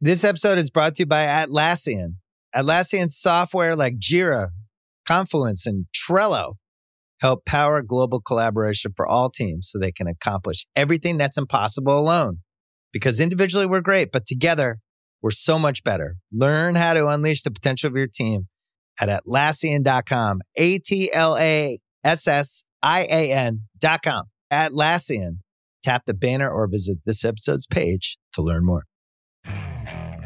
This episode is brought to you by Atlassian. Atlassian software like Jira, Confluence, and Trello help power global collaboration for all teams so they can accomplish everything that's impossible alone. Because individually we're great, but together we're so much better. Learn how to unleash the potential of your team at Atlassian.com. A T L A S S I A N.com. Atlassian. Tap the banner or visit this episode's page to learn more.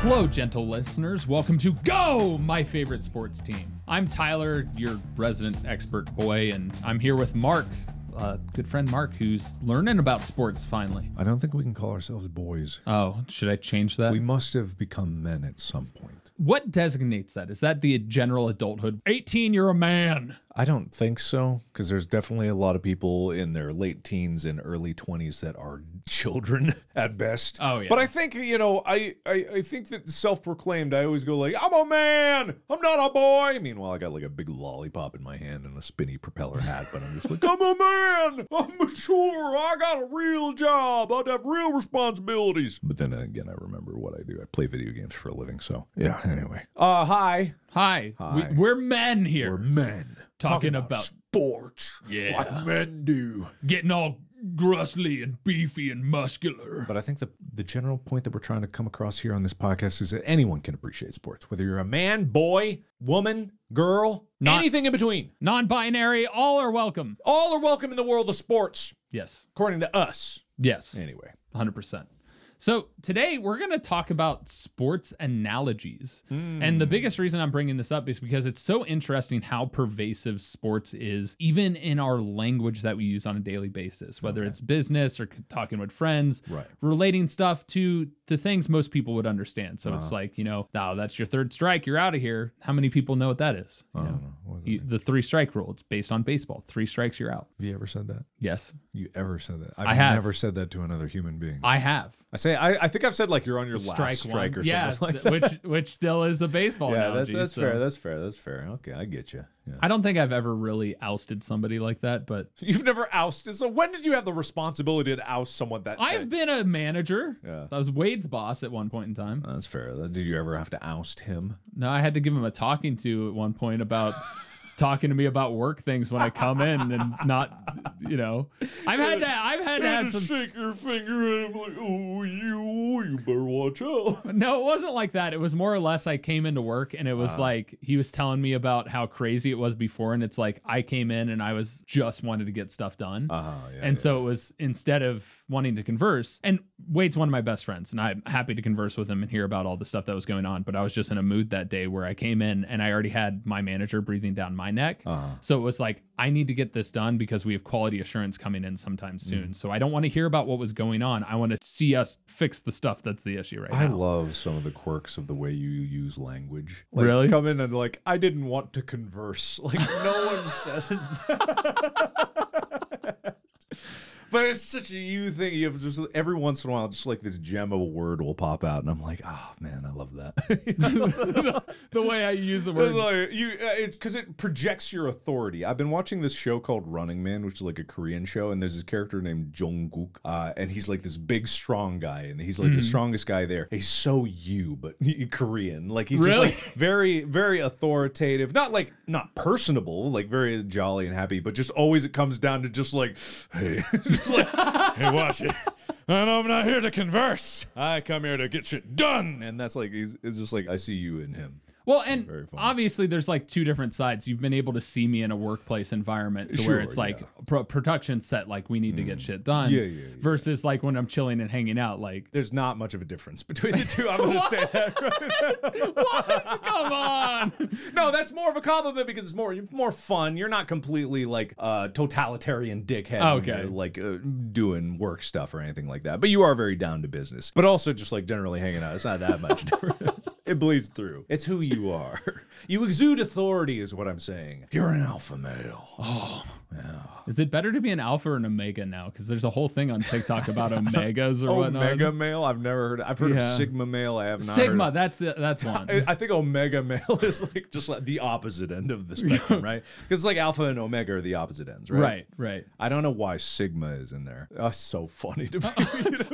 Hello, gentle listeners. Welcome to Go, my favorite sports team. I'm Tyler, your resident expert boy, and I'm here with Mark, uh, good friend Mark, who's learning about sports finally. I don't think we can call ourselves boys. Oh, should I change that? We must have become men at some point. what designates that? Is that the general adulthood? 18, you're a man. I don't think so, because there's definitely a lot of people in their late teens and early 20s that are children at best. Oh, yeah. But I think, you know, I, I, I think that self proclaimed, I always go like, I'm a man, I'm not a boy. Meanwhile, I got like a big lollipop in my hand and a spinny propeller hat, but I'm just like, I'm a man, I'm mature, I got a real job, I have real responsibilities. But then again, I remember what I do. I play video games for a living, so yeah, anyway. Uh, hi. Hi. Hi. We, are men here. We're men Talking about- sports, Yeah. like men do. Getting all grustly and beefy and muscular. But I think the the general point that we're trying to come across here on this podcast is that anyone can appreciate sports, whether you're a man, boy, woman, girl, Not- anything in between. Non binary, all are welcome. All are welcome in the world of sports, Yes. according to us. Yes. Anyway, 100%. So, today we're going to talk about sports analogies. And the biggest reason I'm bringing this up is because it's so interesting how pervasive sports is, even in our language that we use on a daily basis, whether it's business or c- talking with friends, Right. relating stuff to, to things most people would understand. So, it's like, you know, oh, that's your third strike, you're out of here. How many people know what that is? Uh-huh. You know? You- the three strike rule, it's based on baseball. Three strikes, you're out. have you ever said that? Yes, You ever said that? I've I have. never said that to another human being. I, I have. say, I, I think I've said like you're on your last strike one. or yeah, something like th- that. which which still is a baseball. yeah, that's analogy, that's so- fair. That's fair. That's fair. Okay, I get you. Yeah. I don't think I've ever really ousted somebody like that, but You've never ousted. So when did you have the responsibility to oust someone that? I've been a manager. Yeah. I was Wade's boss at one point in time. That's fair. Did you ever have to oust him? No, I had to give him a talking to at one point about talking to me about work things when I come in and not, you know, I've had to I've had to have some. your finger at him like, oh, you, you better watch out. No, it wasn't like that. It was more or less I came into work and it was Uh-huh. like he was telling me about how crazy it was before and it's like I came in and I was just wanted to get stuff done. Uh huh. Yeah, and so it was instead of wanting to converse, and Wade's one of my best friends, and I'm happy to converse with him and hear about all the stuff that was going on. But I was just in a mood that day where I came in and I already had my manager breathing down my neck. Oh. Uh-huh. So it was like, I need to get this done because we have quality assurance coming in sometime Mm. soon. So I don't want to hear about what was going on. I want to see us fix the stuff that's the issue right I now. love some of the quirks of the way you use language. Really? Come in and like, I didn't want to converse. Like, no one says that. But it's such a you thing. You have just every once in a while, just like this gem of a word will pop out, and I'm like, oh man, I love that. the way I use the word. It's like you, because it projects your authority. I've been watching this show called Running Man, which is like a Korean show, and there's this character named Jungkook, uh, and he's like this big, strong guy, and he's Hmm. like the strongest guy there. He's so you, but Korean. Like he's Really? just like very, very authoritative. Not like not personable, like very jolly and happy, but just always it comes down to just like, hey, just like, hey, watch it. And I'm not here to converse. I come here to get shit done. And that's like, he's, it's just like, I see you in him. Well, and Very fun. obviously there's like two different sides. You've been able to see me in a workplace environment to Sure, where it's like yeah. Mm. pro- production set, like we need to get shit done. Yeah, yeah, yeah. Versus like when I'm chilling and hanging out, like There's not much of a difference between the two. I'm going to say that. what? Come on. No, that's more of a compliment because it's more more fun. You're not completely like uh, totalitarian dickhead. when Oh, Okay. you're, like uh, doing work stuff or anything like that. But you are very down to business. But also just like generally hanging out. It's not that much. different. it bleeds through. It's who you are. You exude authority, is what I'm saying. You're an alpha male. Oh, Is it better to be an alpha or an omega now? Because there's a whole thing on TikTok about omegas or whatnot. Oh, omega male. I've never heard. I've heard Yeah. of sigma male. I have not. heard of- Sigma. That's the that's one. I I think omega male is like just like the opposite end of the spectrum, right? Because like alpha and omega are the opposite ends, right? right. Right. I don't know why sigma is in there. That's so funny to me.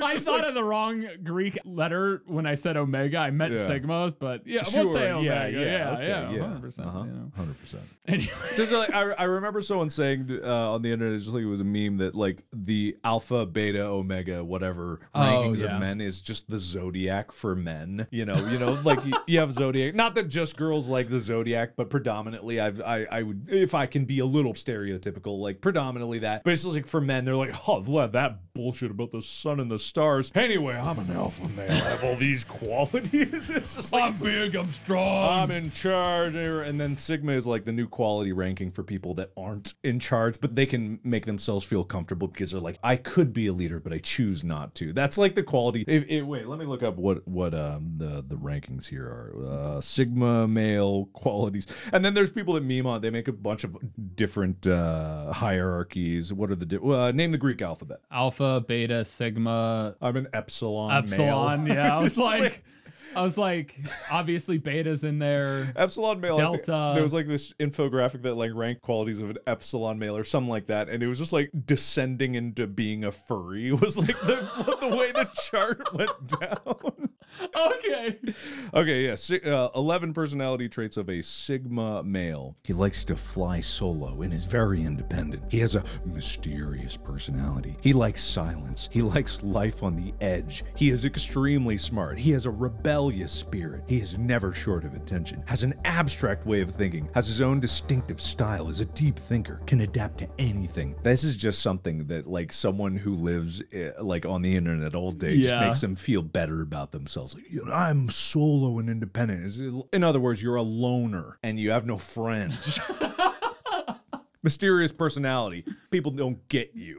I thought of the wrong Greek letter when I said omega. I meant Yeah. sigma, but yeah, we'll say omega. Yeah, yeah, okay, hundred percent. uh-huh, You know. 100%. Anyway, So, so, like, I, I remember someone saying uh, on the internet, just like it was a meme that like the alpha, beta, omega, whatever Oh, rankings yeah. of men is just the zodiac for men. You know, you know, like you, you have zodiac. Not that just girls like the zodiac, but predominantly, I've I, I would if I can be a little stereotypical, like predominantly that. But it's just like for men, they're like, oh, love that bullshit about the sun and the stars. Anyway, I'm an alpha male. I have all these qualities. It's just like I'm it's a- big. I'm strong. I'm in charge, and then Sigma is like the new quality ranking for people that aren't in charge, but they can make themselves feel comfortable because they're like, I could be a leader, but I choose not to. That's like the quality. If, if- wait, let me look up what what um, the the rankings here are. Uh, Sigma male qualities, and then there's people that meme on. They make a bunch of different uh, hierarchies. What are the di- uh, name the Greek alphabet? Alpha, beta, sigma, I'm an epsilon. male. epsilon. Yeah, I was It's just like, I was like, obviously beta's in there. Epsilon male. I think- Delta. There was like this infographic that like ranked qualities of an epsilon male or something like that, and it was just like descending into being a furry was like the, the way the chart went down. Okay. Okay, yeah, si- uh, eleven personality traits of a sigma male. He likes to fly solo and is very independent. He has a mysterious personality. He likes silence. He likes life on the edge. He is extremely smart. He has a rebellious spirit. He is never short of attention. Has an abstract way of thinking. Has his own distinctive style. Is a deep thinker. Can adapt to anything. This is just something that like someone who lives eh, like on the internet all day just Yeah. makes them feel better about themselves. Like, "You know, I'm solo and independent. Is- In other words, you're a loner and you have no friends. Mysterious personality. People don't get you.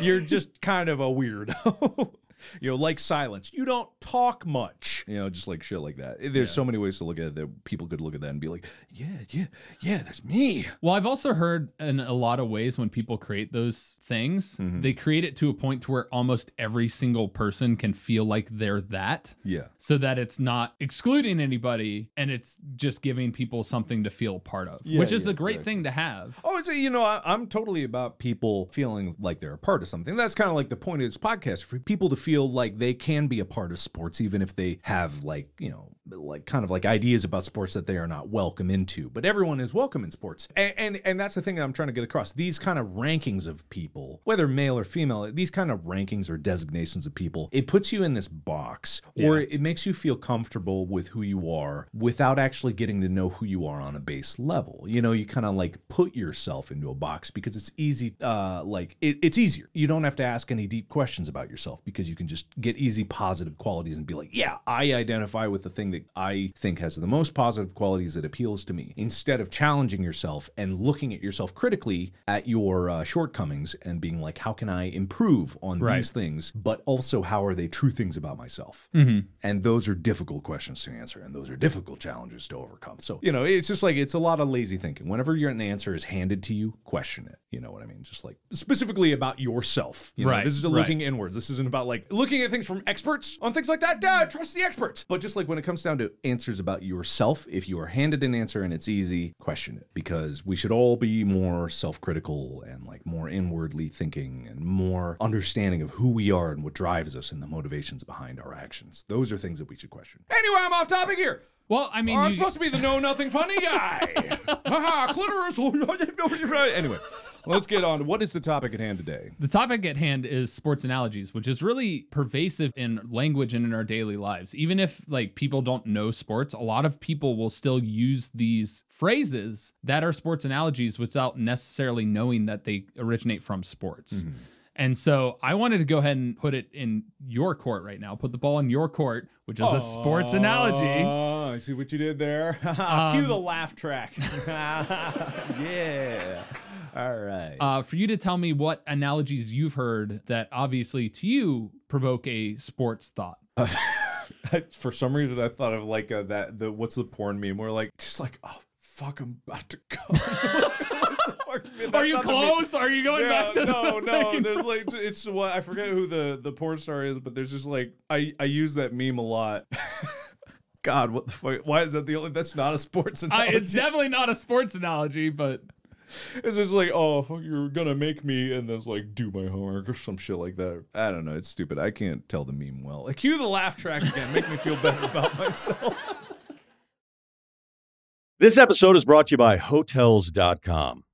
You're just kind of a weirdo. You know, like silence. You don't talk much. You know, just like shit like that. There's so many ways to look at it that people could look at that and be like, yeah, yeah, yeah, that's me. Well, I've also heard in a lot of ways when people create those things, Mm-hmm. they create it to a point to where almost every single person can feel like they're that. Yeah. so that it's not excluding anybody and it's just giving people something to feel part of, Yeah, which is yeah, a great exactly. thing to have. Oh, it's, you know, I, I'm totally about people feeling like they're a part of something. That's kind of like the point of this podcast for people to feel like they can be a part of sports, even if they have like, you know, like kind of like ideas about sports that they are not welcome into. But everyone is welcome in sports, and and, and that's the thing that I'm trying to get across. These kind of rankings of people, whether male or female, these kind of rankings or designations of people, it puts you in this box, or Yeah. it makes you feel comfortable with who you are without actually getting to know who you are on a base level. You know, you kind of like put yourself into a box because it's easy, uh, like it, it's easier. You don't have to ask any deep questions about yourself because you can just get easy positive qualities and be like, yeah, I identify with the thing that I think has the most positive qualities that appeals to me instead of challenging yourself and looking at yourself critically at your uh, shortcomings and being like, how can I improve on Right. these things, but also how are they true things about myself? Mm-hmm. And those are difficult questions to answer, and those are difficult challenges to overcome. So, you know, it's just like it's a lot of lazy thinking. Whenever you're, an answer is handed to you, question it. You know what I mean? Just like specifically about yourself. You know, Right, This is a right. looking inwards. This isn't about like looking at things from experts on things like that. Duh, Mm-hmm. trust the experts. But just like when it comes down to answers about yourself, if you are handed an answer and it's easy, question it because we should all be more self critical and like more inwardly thinking and more understanding of who we are and what drives us and the motivations behind our actions. Those are things that we should question. Anyway, I'm off topic here. Well, I mean, I'm you- supposed to be the know nothing funny guy. Haha, clitoris. anyway, Let's get on. What is the topic at hand today? The topic at hand is sports analogies, which is really pervasive in language and in our daily lives. Even if like people don't know sports, a lot of people will still use these phrases that are sports analogies without necessarily knowing that they originate from sports. And so I wanted to go ahead and put it in your court right now. Put the ball in your court, which is a sports analogy. Um, Oh, I see what you did there. Cue the laugh track. yeah. All right. Uh, for you to tell me what analogies you've heard that obviously to you provoke a sports thought. I, for some reason, I thought of like uh, that. The what's the porn meme? We're like just like oh fuck, I'm about to go. What the fuck meme? Are you That's not the meme. close? Are you going Yeah, back to no, the no. making There's friends? like it's what I forget who the the porn star is, but there's just like I I use that meme a lot. God, what the fuck? Why is that the only? That's not a sports I, analogy. it's definitely not a sports analogy, but It's just like, oh, fuck, you're gonna make me, and then it's like, do my homework or some shit like that. I don't know. It's stupid. I can't tell the meme well. Like, cue the laugh track again. Make me feel better about myself. This episode is brought to you by Hotels.com.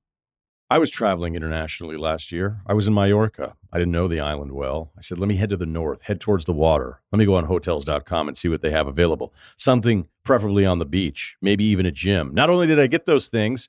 I was traveling internationally last year. I was in Mallorca. I didn't know the island well. I said, let me head to the north, head towards the water. Let me go on Hotels.com and see what they have available. Something preferably on the beach, maybe even a gym. Not only did I get those things,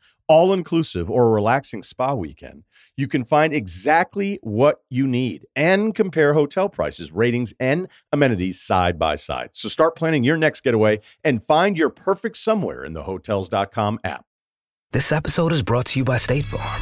all inclusive, or a relaxing spa weekend, you can find exactly what you need and compare hotel prices, ratings, and amenities side by side. So start planning your next getaway and find your perfect somewhere in the hotels.com app. This episode is brought to you by State Farm.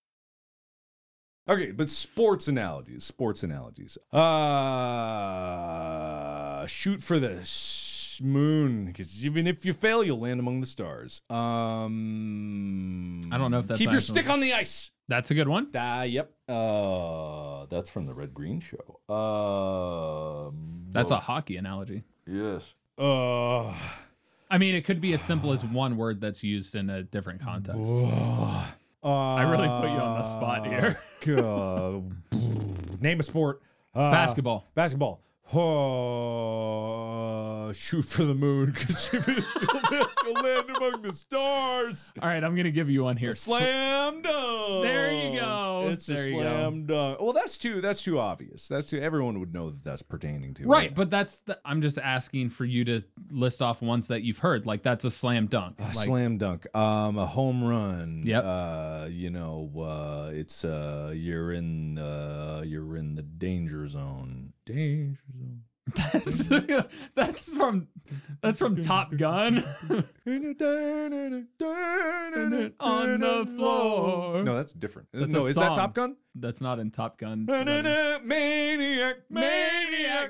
Okay, but sports analogies. Sports analogies. Uh shoot for the s- moon because even if you fail, you'll land among the stars. Um, I don't know if that's keep your actually- stick on the ice. that's a good one. Ah, yep. Uh, that's from the Red Green Show. Um, That's a hockey analogy. yes. Uh, I mean, it could be as simple as one word that's used in a different context. I really put you on the spot here. uh, name a sport. Uh, Basketball. Basketball. Oh, shoot for the moon because if it will land among the stars. All right, I'm gonna give you one here. Slam dunk. There you go. It's There a you go. slam dunk. Well, that's too. That's too obvious. That's too. Everyone would know that that's pertaining to. Right, it. but that's the, I'm just asking for you to list off ones that you've heard. Like that's a slam dunk. A Like, slam dunk, um, a home run. Yep. Uh, you know, uh, it's uh, you're in the you're in the danger zone. Danger zone. that's, that's from that's from Top Gun. On the floor. No, that's different. That's no, a is that song. Top Gun? that's not in Top Gun. Maniac, maniac.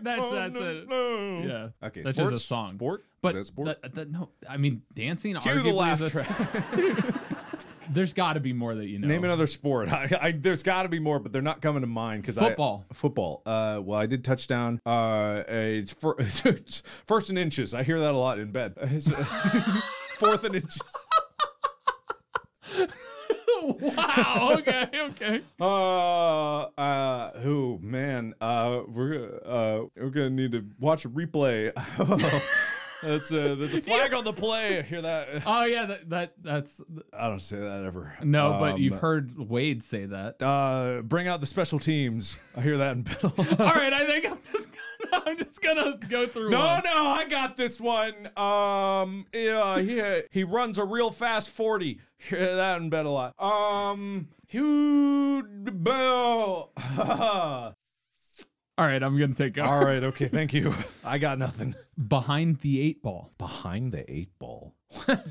That's- on that's the it. floor. Yeah, Okay. that's just a sports? song. Sport. Is But that sport. that- that- no, I mean dancing. Cue arguably the is laugh a s- track. There's got to be more that you know. Name another sport. I, I, there's got to be more, but they're not coming to mind because Football. football. Uh, well, I did touchdown. Uh, it's fir- it's first and inches. I hear that a lot in bed. It's, uh, Fourth and inches. wow. Okay. Okay. Uh, uh, oh man. Uh, we're uh, we're gonna need to watch a replay. That's a that's a flag on the play. I hear that? Oh yeah, that, that that's I don't say that ever. no, but you've Um, heard Wade say that. Uh, bring out the special teams. I hear that in Bill. All right, I think I'm just gonna, I'm just gonna go through. No, one. no, I got this one. Um, yeah, he he runs a real fast forty. Hear that in bed a lot. Um, huge bell. All All right, I'm gonna take. All right, okay, thank you. I got nothing. behind the eight ball. Behind the eight ball. What?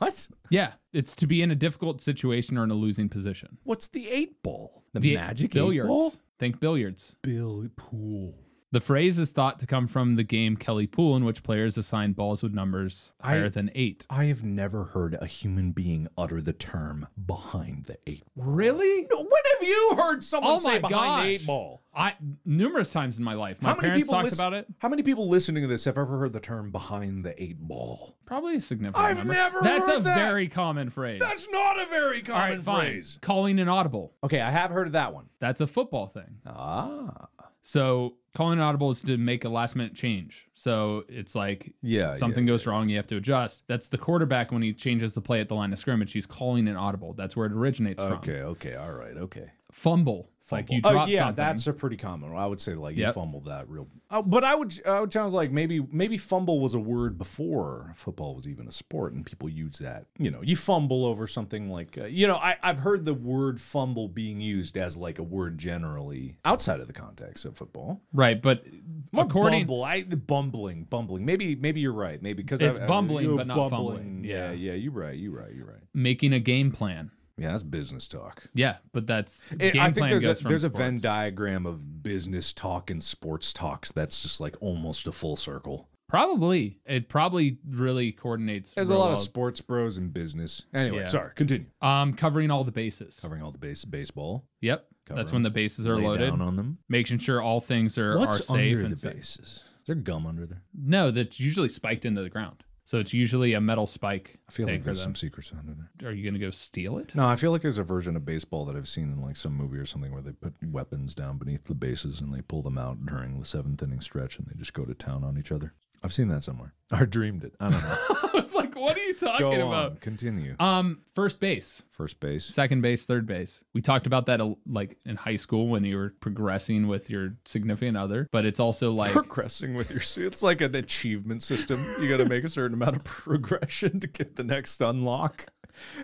What? Yeah, it's to be in a difficult situation or in a losing position. What's the eight ball? The, The- magic billiards. eight ball. Think billiards. Bill pool. The phrase is thought to come from the game Kelly Pool, in which players assign balls with numbers I- higher than eight. I have never heard a human being utter the term behind the eight. Really? When have you heard someone Oh say my behind the gosh. eight ball? I numerous times in my life. My How many parents people talked listen- about it. How many people listening to this have ever heard the term behind the eight ball? Probably a significant. I've number. never That's heard a that. very common phrase. That's not a very All common right, fine. phrase. Calling an audible. Okay, I have heard of that one. That's a football thing. Ah. So calling an audible is to make a last minute change. So it's like Yeah. something goes wrong, you have to adjust. That's the quarterback when he changes the play at the line of scrimmage. He's calling an audible. That's where it originates yeah. from. Okay, okay, all right, okay. Fumble. Like you Oh drop yeah, something. that's a pretty common one. I would say like you Yep. fumbled that real. Oh, but I would I would challenge like maybe maybe fumble was a word before football was even a sport and people use that. You know, you fumble over something like uh, you know I I've heard the word fumble being used as like a word generally outside of the context of football. right, but More according bumble, I the bumbling, bumbling. Maybe maybe you're right. Maybe because It's I, I- bumbling, you're but not fumbling. Yeah, Yeah. yeah, you're right. You're right. You're right. making a game plan. Yeah, that's business talk. Yeah, but that's It- game I think plan there's, goes a, from there's a sports. Venn diagram of business talk and sports talks that's just like almost a full circle. Probably. It probably really coordinates. There's a real lot well. of sports bros and business. Anyway, Yeah. sorry, continue. um covering all the bases. Covering all the base baseball. Yep. Cover that's them. when the bases are lay loaded. down on them. Making sure all things are, are What's safe under and the safe. bases? Is there gum under there? No, that's usually spiked into the ground. So it's usually a metal spike. I feel thing like for there's them. some secrets under there. Are you gonna go steal it? No, I feel like there's a version of baseball that I've seen in like some movie or something where they put weapons down beneath the bases and they pull them out during the seventh inning stretch and they just go to town on each other. I've seen that somewhere. I dreamed it. I don't know. I was like, what are you go talking on. about? Continue. Um, first base, First base. second base, third base. We talked about that uh, like in high school when you were progressing with your significant other, but it's also like progressing with your suit. It's like an achievement system. You got to make a certain amount of progression to get the next unlock.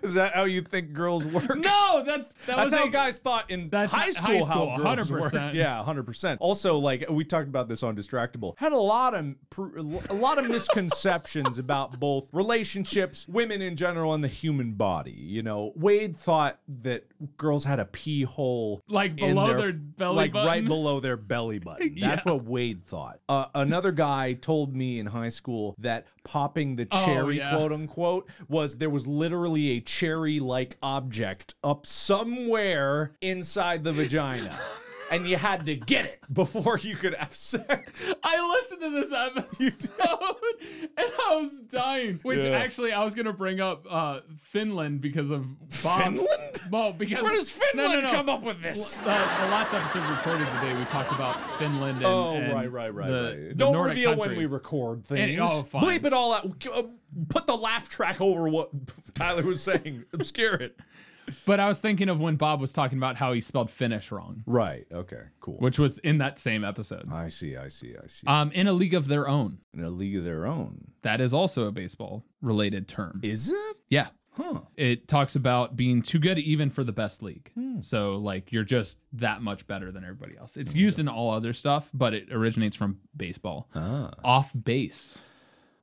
Is that how you think girls work? no, that's that was That's how a- guys thought in That's high high school. school, how girls 100%. worked. Yeah, hundred percent. Also, like we talked about this on Distractable, had a lot of pr- a lot of misconceptions about both relationships, women in general, and the human body. You know, Wade thought that girls had a pee hole Like in below their belly like right button. below their belly button. That's Yeah. what Wade thought. Uh, another guy told me in high school that popping the Oh, cherry, yeah. quote unquote, was there was literally a cherry like object up somewhere inside the vagina. And you had to get it before you could have sex. I listened to this episode and I was dying. Which actually, I was gonna bring up uh, Finland because of Bob. Finland? Well, because Where does No, no, Finland no. come up with this? L- uh, the last episode recorded today, we talked about Finland. And, Oh, and right, right, right, the- right. the Don't Nordic reveal when we countries. record things. And- oh, fine. Bleep it all out. Uh, Put the laugh track over what Tyler was saying. Obscure it. But I was thinking of when Bob was talking about how he spelled Finnish wrong, Right. Okay. Cool. which was in that same episode. Uh. I see. I see. I see. Um, in a league of their own. In a league of their own. That is also a baseball related term. Is it? yeah. Huh. It talks about being too good even for the best league. So like you're just that much better than everybody else. It's used in all other stuff, but it originates from baseball. Ah. Off base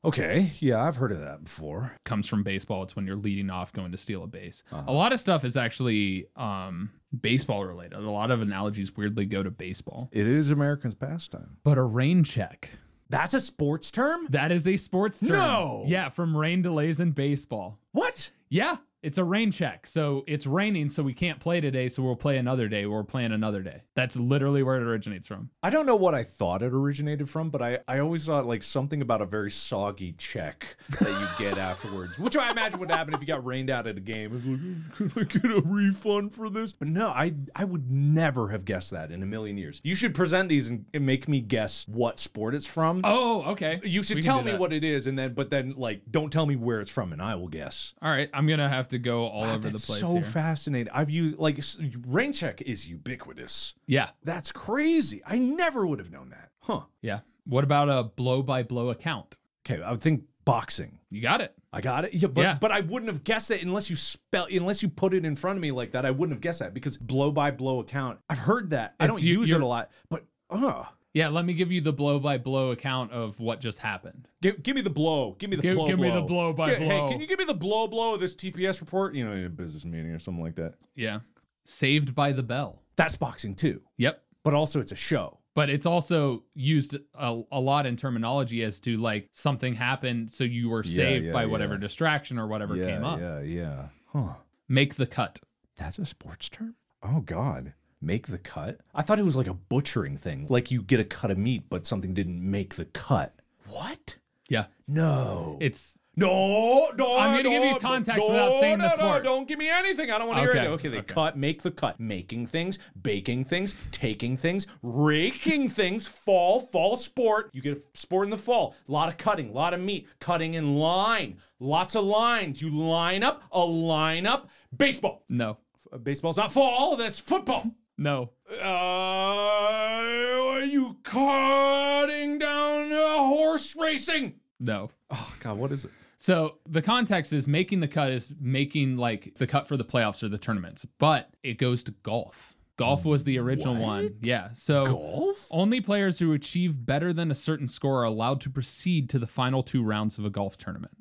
Okay. Yeah, I've heard of that before. comes from baseball. It's when you're leading off going to steal a base. A lot of stuff is actually um baseball related. A lot of analogies weirdly go to baseball. It is Americans' pastime. But a rain check. That's a sports term? That is a sports term. No! Yeah, from rain delays in baseball. What? Yeah. It's a rain check. So it's raining, so we can't play today. So we'll play another day. We're playing another day. That's literally where it originates from. I don't know what I thought it originated from, but I, I always thought like something about a very soggy check that you get afterwards, which I imagine would happen if you got rained out at a game. It's like, Could I get a refund for this? But no, I I would never have guessed that in a million years. You should present these and, and make me guess what sport it's from. Oh, okay. you should We can tell do me that. what it is, and then but then like don't tell me where it's from, and I will guess. All right, I'm gonna have to go all Wow, over the that's place. So here. fascinating. I've used like s- rain check is ubiquitous. yeah, That's crazy. I never would have known that. Huh. yeah. What about a blow by blow account? Okay, I would think boxing. You got it. I got it. Yeah, but Yeah. but I wouldn't have guessed it unless you spell unless you put it in front of me like that. I wouldn't have guessed that because blow by blow account. I've heard that. I It's don't you- use it a you're- lot, but uh Yeah, let me give you the blow by blow account of what just happened. give, give me the blow. Give me the Give- blow. give me the blow by Yeah, Hey, blow. can you give me the blow blow of this TPS report? You know, in a business meeting or something like that. Yeah. Saved by the bell. That's boxing too, Yep. but also it's a show. But it's also used a, a lot in terminology as to like something happened, so you were Yeah, saved yeah, by whatever yeah. distraction or whatever came up. Yeah, yeah. Huh. Make the cut. That's a sports term? Oh god. Make the cut? I thought it was like a butchering thing. Like you get a cut of meat, but something didn't make the cut. What? Yeah. No. It's no, no. I'm gonna give you no, context no, without saying no, this no, word. Don't give me anything. I don't want to Okay, hear it. Okay, they okay. cut, make the cut. Making things, baking things, taking things, raking things, fall, fall sport. You get a sport in the fall. A lot of cutting, a lot of meat, cutting in line, lots of lines. You line up, a line up. Baseball. no. Uh, baseball's not fall, that's football. No. Uh, are you cutting down uh, horse racing? No. Oh, God, what is it? So the context is making the cut is making like the cut for the playoffs or the tournaments, but it goes to golf. Golf was the original one. Yeah. So Golf? only players who achieve better than a certain score are allowed to proceed to the final two rounds of a golf tournament.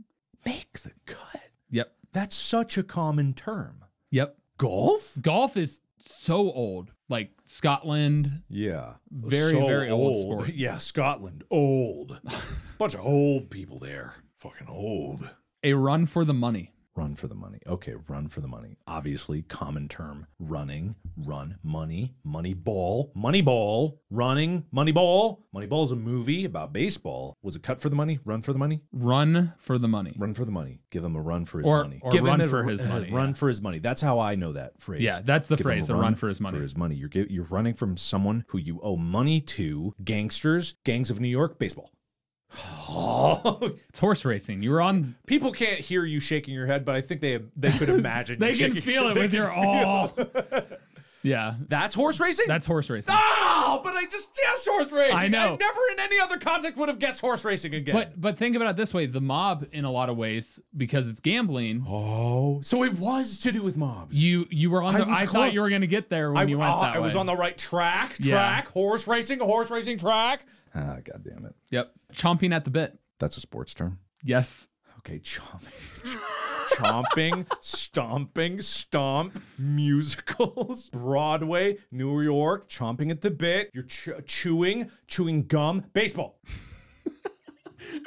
Make the cut. Yep. That's such a common term. Yep. Golf? Golf is so old. Like Scotland, Yeah. Very, very old sport. Yeah, Scotland. Old. Bunch of old people there. Fucking old. a run for the money. Run for the money. Okay, run for the money. Obviously, common term. Running, run, money, money ball, money ball, running, money ball. Money ball is a movie about baseball. Was it cut for the money? Run for the money? Run for the money. Run for the money. Give him a run for his Or- money. or Give run him a- for his money, Run yeah. for his money. That's how I know that phrase. Yeah, that's the Give him phrase, a run for his money. For his money. You're, gi- you're running from someone who you owe money to, gangsters, gangs of New York, baseball. Oh, It's horse racing. You were on. People can't hear you shaking your head, but I think they they could imagine. They you can shaking- feel it they with can your feel- all. Yeah. That's horse racing. That's horse racing. Oh, but I just guessed horse racing. I know. never in any other context would have guessed horse racing again. But but think about it this way: the mob, in a lot of ways, because it's gambling, oh, so it was to do with mobs. you you were on. I The, was I, close. thought you were going to get there when I, you went oh, that I was way. on the right track. Yeah. Track. Horse racing. Horse racing track. Ah, god damn it. Yep, chomping at the bit. That's a sports term. Yes. Okay, chomping. Chomping, stomping, stomp, musicals, Broadway, New York, chomping at the bit. You're ch- chewing, chewing gum, baseball.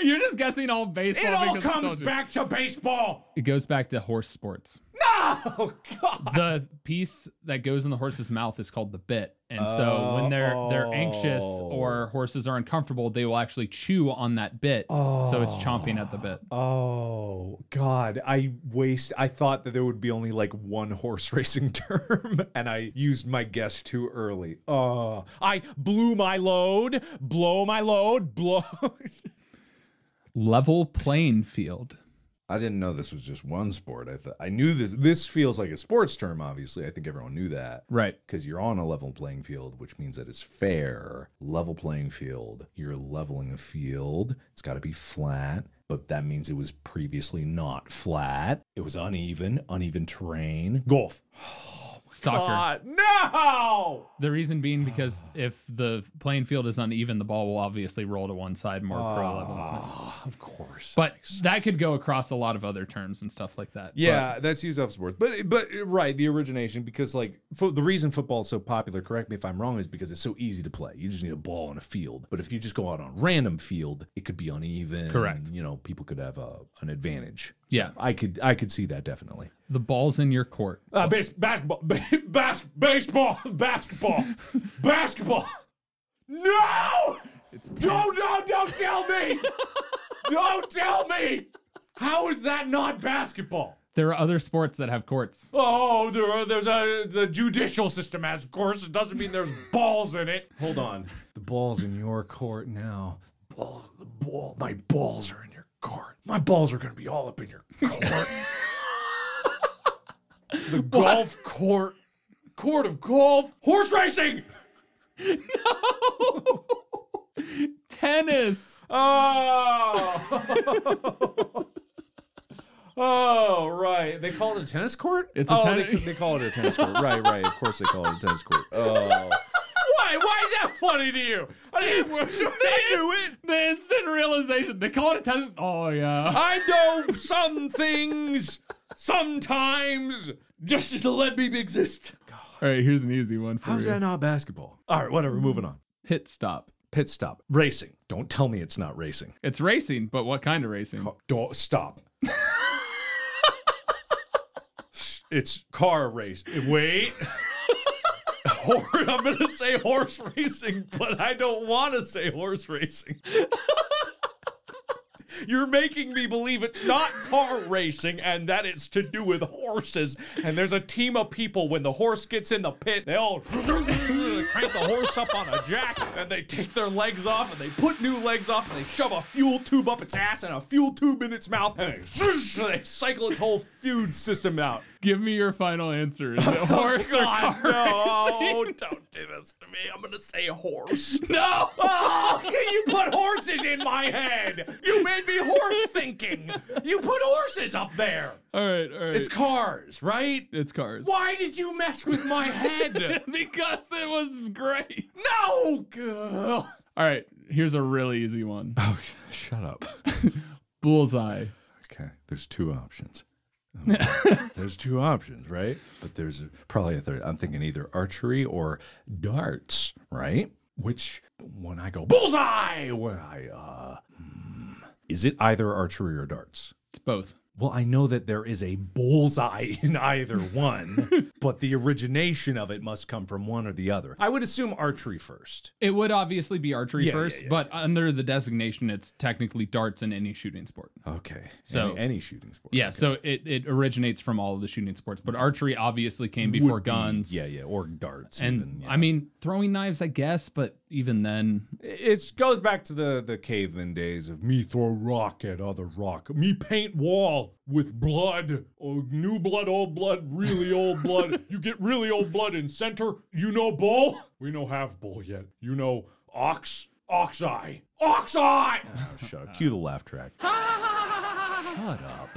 You're just guessing all baseball. It all because I comes told you. back to baseball. It goes back to horse sports. No, God. the piece that goes in the horse's mouth is called the bit and so when they're they're anxious or Oh. horses are uncomfortable they will actually chew on that bit so it's chomping at the bit Oh God, I waste. I thought that there would be only like one horse racing term, and I used my guess too early. Oh, I blew my load. Blow my load. Blow. level playing field I didn't know this was just one sport. I thought I knew this. This feels like a sports term. Obviously, I think everyone knew that. right because you're on a level playing field, which means that it's fair. Level playing field, you're leveling a field. It's got to be flat, but that means it was previously not flat. It was uneven, uneven terrain. Golf. soccer no! the reason being because if the playing field is uneven the ball will obviously roll to one side more pro level Ah, of course. but that could go across a lot of other terms and stuff like that Yeah, that's used off sports, but but right the origination because like fo- the reason football is so popular. Correct me if I'm wrong, is because it's so easy to play. You just need a ball and a field. But if you just go out on random field, it could be uneven. Correct. You know, people could have a, an advantage. Yeah. I could I could see that definitely. The ball's in your court. Uh, base, basketball, ba- bas- baseball, basketball, basketball. No! It's Don't, don't, don't tell me! don't tell me! How is that not basketball? There are other sports that have courts. Oh, there are, there's a the judicial system has courts. It doesn't mean there's balls in it. Hold on. The ball's in your court now. Ball, the ball, my balls are in your court. My balls are gonna be all up in your court. the golf court, court of golf, horse racing. No! Tennis. Oh. oh, right. They call it a tennis court? It's a oh, tenni- they, they call it a tennis court. Right, right. Of course they call it a tennis court. Oh. Why? Why is that funny to you? I didn't I knew it. The instant realization. They call it tennis. Oh yeah. I know some things sometimes just to let me exist. All right, here's an easy one for you. not basketball? All right, whatever. Moving on. Pit stop. Pit stop. Racing. Don't tell me it's not racing. It's racing, but what kind of racing? Ca- Don't stop. S- it's car race. Wait. Hor- I'm gonna say horse racing, but I don't want to say horse racing. You're making me believe it's not car racing and that it's to do with horses. And there's a team of people. When the horse gets in the pit, they all crank the horse up on a jack and they take their legs off and they put new legs off and they shove a fuel tube up its ass and a fuel tube in its mouth and they, zhoosh, they cycle its whole food system out. Give me your final answer. Is it horse or Oh, God, car no, racing? don't do this to me. I'm going to say horse. No. Oh, you put horses in my head. You made me horse thinking. You put horses up there. All right, all right. It's cars, right? It's cars. Why did you mess with my head? because it was great. No, girl. All right, here's a really easy one. Oh, shut up. Bullseye. Okay, there's two options. Um, there's two options, right? But there's a- probably a third. I'm thinking either archery or darts, right? Which when I go bullseye, when I uh, hmm, is it either archery or darts? It's both. Well, I know that there is a bullseye in either one, but the origination of it must come from one or the other. I would assume archery first. It would obviously be archery Yeah, yeah, first, yeah, but under the designation, it's technically darts in any shooting sport. Okay. So- any, any shooting sport. Yeah, okay. so it, it originates from all of the shooting sports, but archery obviously came before Would be- guns. Yeah, yeah, or darts. And even, yeah. I mean, throwing knives, I guess, but even then, It goes back to the the caveman days of me throw rock at other rock, me paint wall with blood, oh, new blood, old blood, really old blood. You get really old blood in center. You know bull. We don't have bull yet. You know ox, ox eye, ox eye. Oh, shut up. Cue the laugh track. shut up.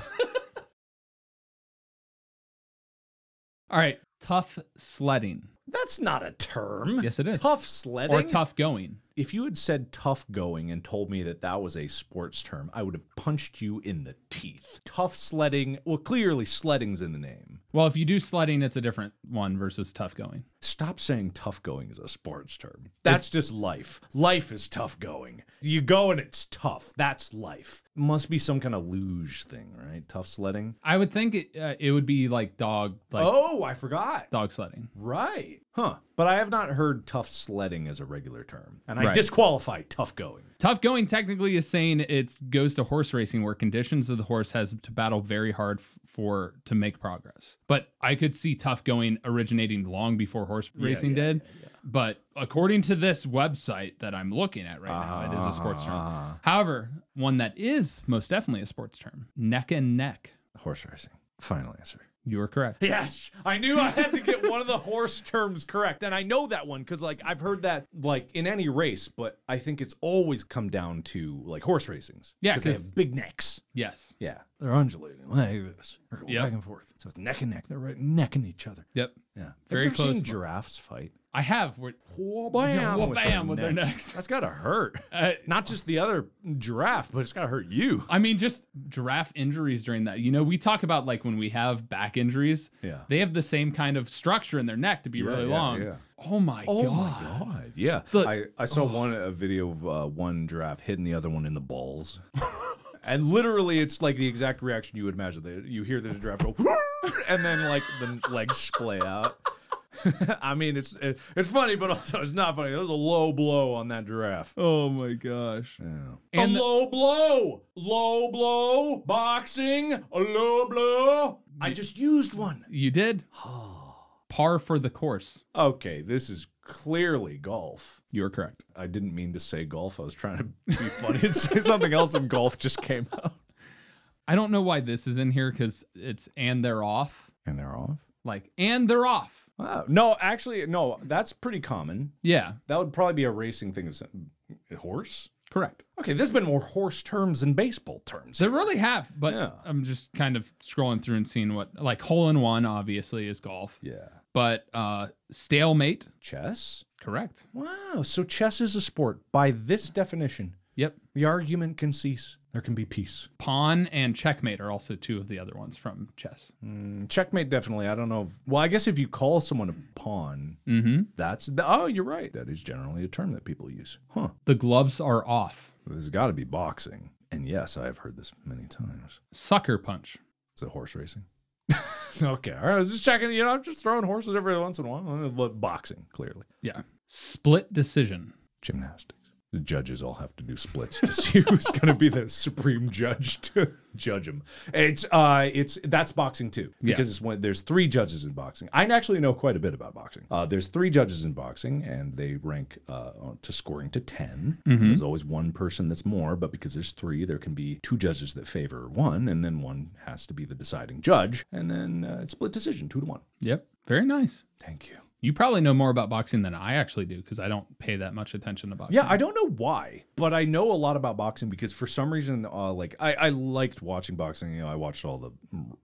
all right, tough sledding. That's not a term. Yes, it is. Tough sledding. or tough going. If you had said tough going and told me that that was a sports term, I would have punched you in the teeth. Tough sledding, well, clearly sledding's in the name. Well, if you do sledding, it's a different one versus tough going. Stop saying tough going is a sports term. That's just life. Life is tough going. You go and it's tough. That's life. Must be some kind of luge thing, right? Tough sledding. I would think it, uh, it would be like dog, like oh, I forgot. dog sledding. Right. Huh. But I have not heard tough sledding as a regular term. And I Right. disqualify tough going. Tough going technically is saying it goes to horse racing where conditions of the horse has to battle very hard f- for to make progress. But I could see tough going originating long before horse racing yeah, did. But according to this website that I'm looking at right now, it is a sports term. Ah, However, one that is most definitely a sports term, neck and neck. horse racing. Final answer. You are correct. Yes, I knew I had to get one of the horse terms correct, and I know that one because like I've heard that like in any race, but I think it's always come down to like horse racings. Yeah, because they 'cause- have big necks. Yes. Yeah, they're undulating like this, they're going Yep. back and forth. So it's neck and neck. They're right necking each other. Yep. Yeah, Very Have you ever close. Seen giraffes fight. I have. Where, Yeah, wha- bam with their necks. That's gotta hurt. uh, Not just the other giraffe, but it's gotta hurt you. I mean, just giraffe injuries during that. You know, we talk about like when we have back injuries, Yeah. they have the same kind of structure in their neck to be really yeah, long. yeah. Oh my god. oh. god! Yeah, The- I, I saw one a video of uh, one giraffe hitting the other one in the balls, And literally, it's like the exact reaction you would imagine. That you hear the giraffe go, and then like the legs splay out. I mean, it's it, it's funny, but also it's not funny. That was a low blow on that giraffe. Oh my gosh. a And the- low blow, low blow, boxing, a low blow. I just used one. You did? Par for the course. Okay, this is clearly golf. You are correct. I didn't mean to say golf. I was trying to be funny and say something else, and golf just came out. I don't know why this is in here because it's and they're off. And they're off. Like, and they're off. Wow. No, actually, no. That's pretty common. Yeah, That would probably be a racing thing. Is it horse? correct. Okay, there's been more horse terms than baseball terms. They really have, but Yeah. I'm just kind of scrolling through and seeing what, like, hole in one obviously is golf, yeah. but uh stalemate, Chess. correct. Wow. So chess is a sport by this definition. Yep. The argument can cease. There can be peace. Pawn and checkmate are also two of the other ones from chess. Hmm, Checkmate, definitely. I don't know. If, well, I guess if you call someone a pawn, Mm-hmm. that's the, oh, you're right. That is generally a term that people use. Huh. The gloves are off. This has got to be boxing. And yes, I have heard this many times. Sucker punch. Is it horse racing? okay. All right. I was just checking. You know, I'm just throwing horses every once in a while. But boxing, clearly. Yeah. Split decision. Gymnastics. The judges all have to do splits to see who's going to be the supreme judge to judge them. It's uh, it's that's boxing too because it's when there's three judges in boxing. I actually know quite a bit about boxing. Uh, there's three judges in boxing, and they rank uh, to scoring to 10 There's always one person that's more, but because there's three, there can be two judges that favor one, and then one has to be the deciding judge, and then uh, it's split decision, two to one. Yep. Very nice. Thank you. You probably know more about boxing than I actually do because I don't pay that much attention to boxing. Yeah, I don't know why, but I know a lot about boxing because for some reason, uh, like I, I liked watching boxing. You know, I watched all the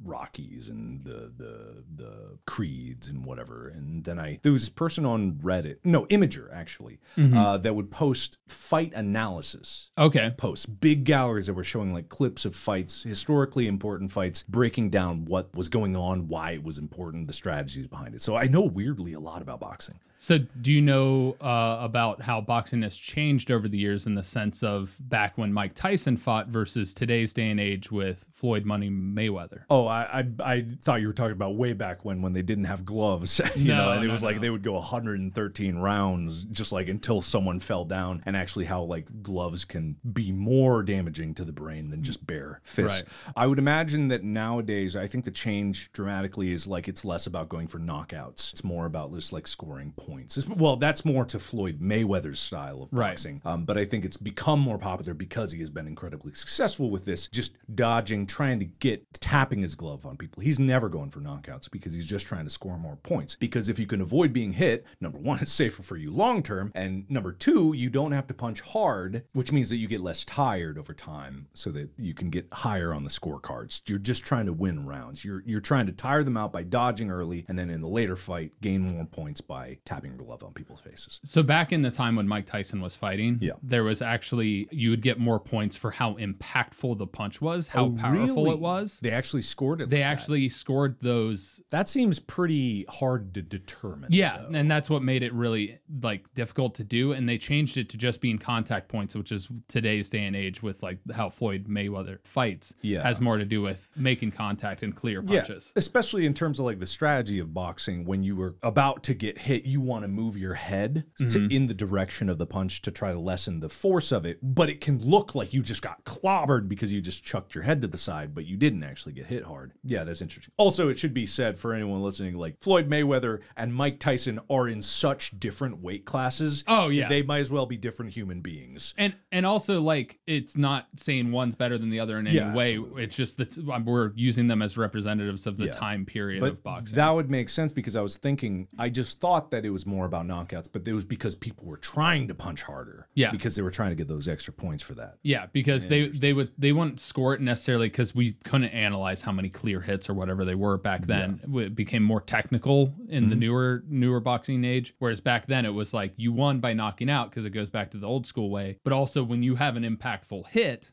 Rockies and the the the Creeds and whatever. And then I there was this person on Reddit, no Imager actually, uh, that would post fight analysis Okay. posts, big galleries that were showing like clips of fights, historically important fights, breaking down what was going on, why it was important, the strategies behind it. So I know weirdly a lot about boxing. So, do you know uh, about how boxing has changed over the years in the sense of back when Mike Tyson fought versus today's day and age with Floyd Money Mayweather? Oh, I, I I thought you were talking about way back when when they didn't have gloves, you No, know, and it no, was like no. they would go 113 rounds just like until someone fell down, and actually how like gloves can be more damaging to the brain than just bare fists. I would imagine that nowadays, I think the change dramatically is like it's less about going for knockouts; it's more about just like scoring points. It's- well, that's more to Floyd Mayweather's style of Right. boxing. Um, but I think it's become more popular because he has been incredibly successful with this, just dodging, trying to get tapping his glove on people. He's never going for knockouts because he's just trying to score more points. Because if you can avoid being hit, number one, it's safer for you long term. And number two, you don't have to punch hard, which means that you get less tired over time so that you can get higher on the scorecards. You're just trying to win rounds. You're you're trying to tire them out by dodging early and then in the later fight gain more points by tapping your glove on people's faces. So, back in the time when Mike Tyson was fighting, Yeah. there was actually, you would get more points for how impactful the punch was, how powerful Oh, Really? it was. They, They actually scored it. like that. actually scored those That seems pretty hard to determine. Yeah, though. and that's what made it really like difficult to do. And they changed it to just being contact points, which is today's day and age with like how Floyd Mayweather fights. Yeah. has more to do with making contact and clear punches. Yeah, especially in terms of like the strategy of boxing, when you were about to get hit, you want to move your head Mm-hmm. to, in the direction of the punch to try to lessen the force of it. But it can look like you just got clobbered because you just chucked your head to the side, but you didn't actually get hit hard. Yeah, that's interesting. Also, it should be said for anyone listening, like Floyd Mayweather and Mike Tyson are in such different weight classes. Oh, yeah. they might as well be different human beings. And and also like it's not saying one's better than the other in any Yeah, way. absolutely. It's just that we're using them as representatives of the Yeah. time period of boxing. That would make sense because I was thinking, I just thought that it was more about knockouts, but it was because people were trying to punch harder. Yeah. Because they were trying to get those extra points for that. Yeah, because they they would they wouldn't score it necessarily because we couldn't analyze how many clear hits or whatever they were back then. It became more technical in Mm-hmm. the newer newer boxing age, whereas back then it was like you won by knocking out because it goes back to the old school way. But also when you have an impactful hit,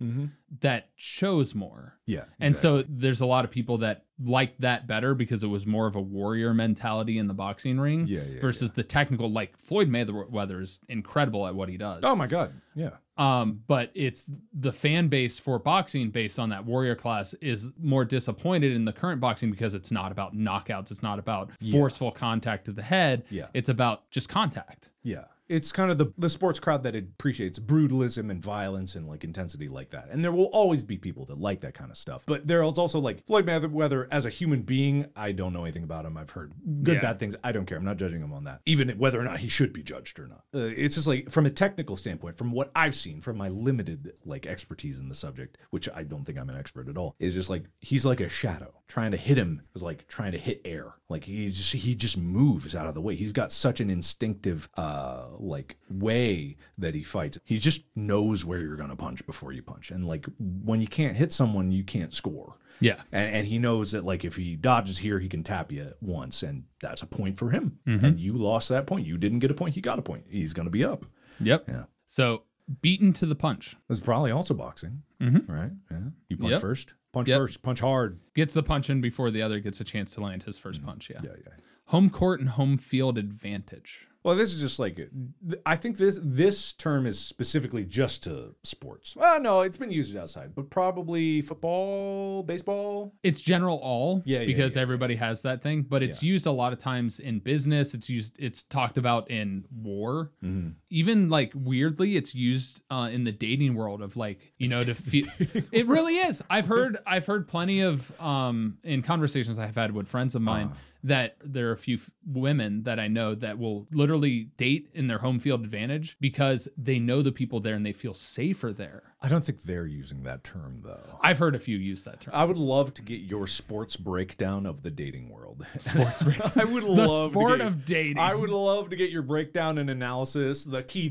that shows more. Yeah. And so there's a lot of people that liked that better because it was more of a warrior mentality in the boxing ring Yeah, yeah, versus the technical. Like Floyd Mayweather is incredible at what he does. Oh my God. Yeah. Um, but it's the fan base for boxing based on that warrior class is more disappointed in the current boxing because it's not about knockouts. It's not about forceful contact to the head. Yeah. It's about just contact. Yeah. It's kind of the, the sports crowd that appreciates brutalism and violence and like intensity like that. And there will always be people that like that kind of stuff. But there is also like Floyd Mayweather as a human being. I don't know anything about him. I've heard good, Yeah. bad things. I don't care. I'm not judging him on that, even whether or not he should be judged or not. Uh, it's just like from a technical standpoint, from what I've seen, from my limited like expertise in the subject, which I don't think I'm an expert at all, is just like he's like a shadow. Trying to hit him is like trying to hit air. Like he just he just moves out of the way. He's got such an instinctive uh like way that he fights. He just knows where you're gonna punch before you punch. And like when you can't hit someone, you can't score. Yeah. And, and he knows that like if he dodges here, he can tap you once, and that's a point for him. Mm-hmm. And you lost that point. You didn't get a point. He got a point. He's gonna be up. Yep. Yeah. So beaten to the punch. That's probably also boxing, right? Yeah. You punch Mm-hmm. Yep. first. Punch Yep. first. Punch hard. Gets the punch in before the other gets a chance to land his 1st punch. Yeah. Yeah, yeah. Home court and home field advantage. Well, this is just like th- I think this this term is specifically just to sports. Well, no, it's been used outside, but probably football, baseball. It's general all Yeah, yeah, because yeah. everybody has that thing, but it's used a lot of times in business. It's used, it's talked about in war. Mm-hmm. Even like weirdly, it's used uh, in the dating world of like you know to feel. it really is. I've heard I've heard plenty of um in conversations I've had with friends of mine Uh-huh. that there are a few f- women that I know that will literally date in their home field advantage because they know the people there and they feel safer there. I don't think they're using that term though. I've heard a few use that term. I would love to get your sports breakdown of the dating world. Sports breakdown. I would the love sport to get, of dating. I would love to get your breakdown and analysis, the key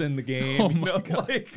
in the game, Oh you my know, God. like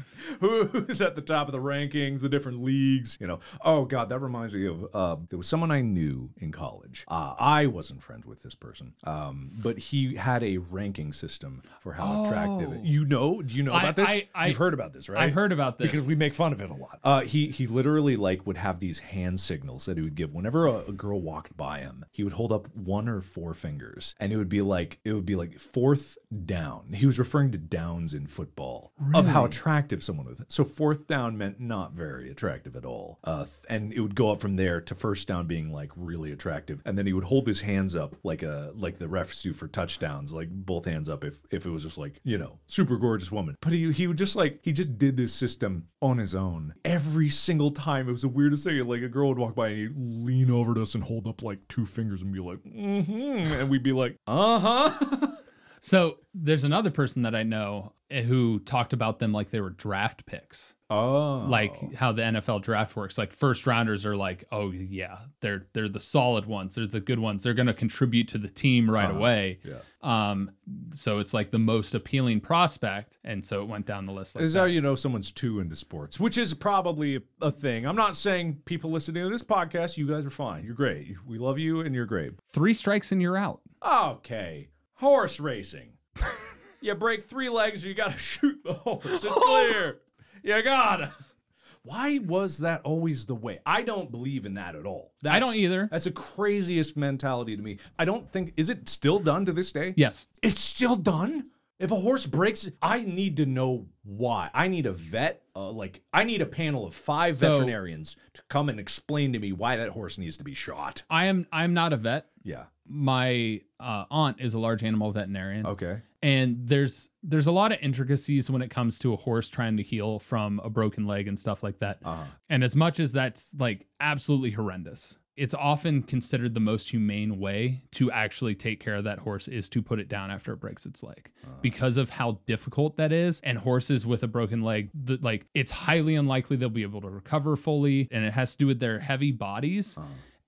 who, who's at the top of the rankings, the different leagues, you know. Oh God, that reminds me of uh, there was someone I knew in college. Uh, I wasn't friends with this person, um, but he had a ranking system for how Oh. attractive. You know? Do you know I- about this? I- I- You've heard about this, right? I've heard about this. because we make fun of it a lot. Uh, he he literally like would have these hand signals that he would give whenever a, a girl walked by him. He would hold up one or four fingers, and it would be like it would be like fourth down. He was referring to downs in football of how attractive someone was. So fourth down meant not very attractive at all, uh, th- and it would go up from there to first down being like really attractive, and then he would hold his hands up like a like the refs do for touchdowns, like both hands up if if it was just like you know super gorgeous woman. But he he would just like he just did this system on his own every single time. It was the weirdest thing. Like a girl would walk by and he'd lean over to us and hold up like two fingers and be like, mm-hmm, and we'd be like, uh huh. So there's another person that I know eh, who talked about them like they were draft picks, Oh, like how the NFL draft works. Like first rounders are like, oh yeah, they're they're the solid ones, they're the good ones, they're going to contribute to the team right Uh-huh. away. yeah. Um, so it's like the most appealing prospect, and so it went down the list. Like This is that. how you know someone's too into sports, which is probably a, a thing. I'm not saying people listening to this podcast, you guys are fine. You're great. We love you and you're great. Three strikes and you're out. Okay. Horse racing. you break three legs, you gotta shoot the horse. It's clear. you gotta. Oh. Why was that always the way? I don't believe in that at all. That's, I don't either. That's the craziest mentality to me. I don't think is it still done to this day? Yes. It's still done? If a horse breaks, I need to know why. I need a vet, uh, like I need a panel of five So- veterinarians to come and explain to me why that horse needs to be shot. I am. I'm not a vet. Yeah. My uh, aunt is a large animal veterinarian. Okay. and there's there's a lot of intricacies when it comes to a horse trying to heal from a broken leg and stuff like that. Uh-huh. And as much as that's like absolutely horrendous, it's often considered the most humane way to actually take care of that horse is to put it down after it breaks its leg because of how difficult that is. And horses with a broken leg, th- like it's highly unlikely they'll be able to recover fully. And it has to do with their heavy bodies.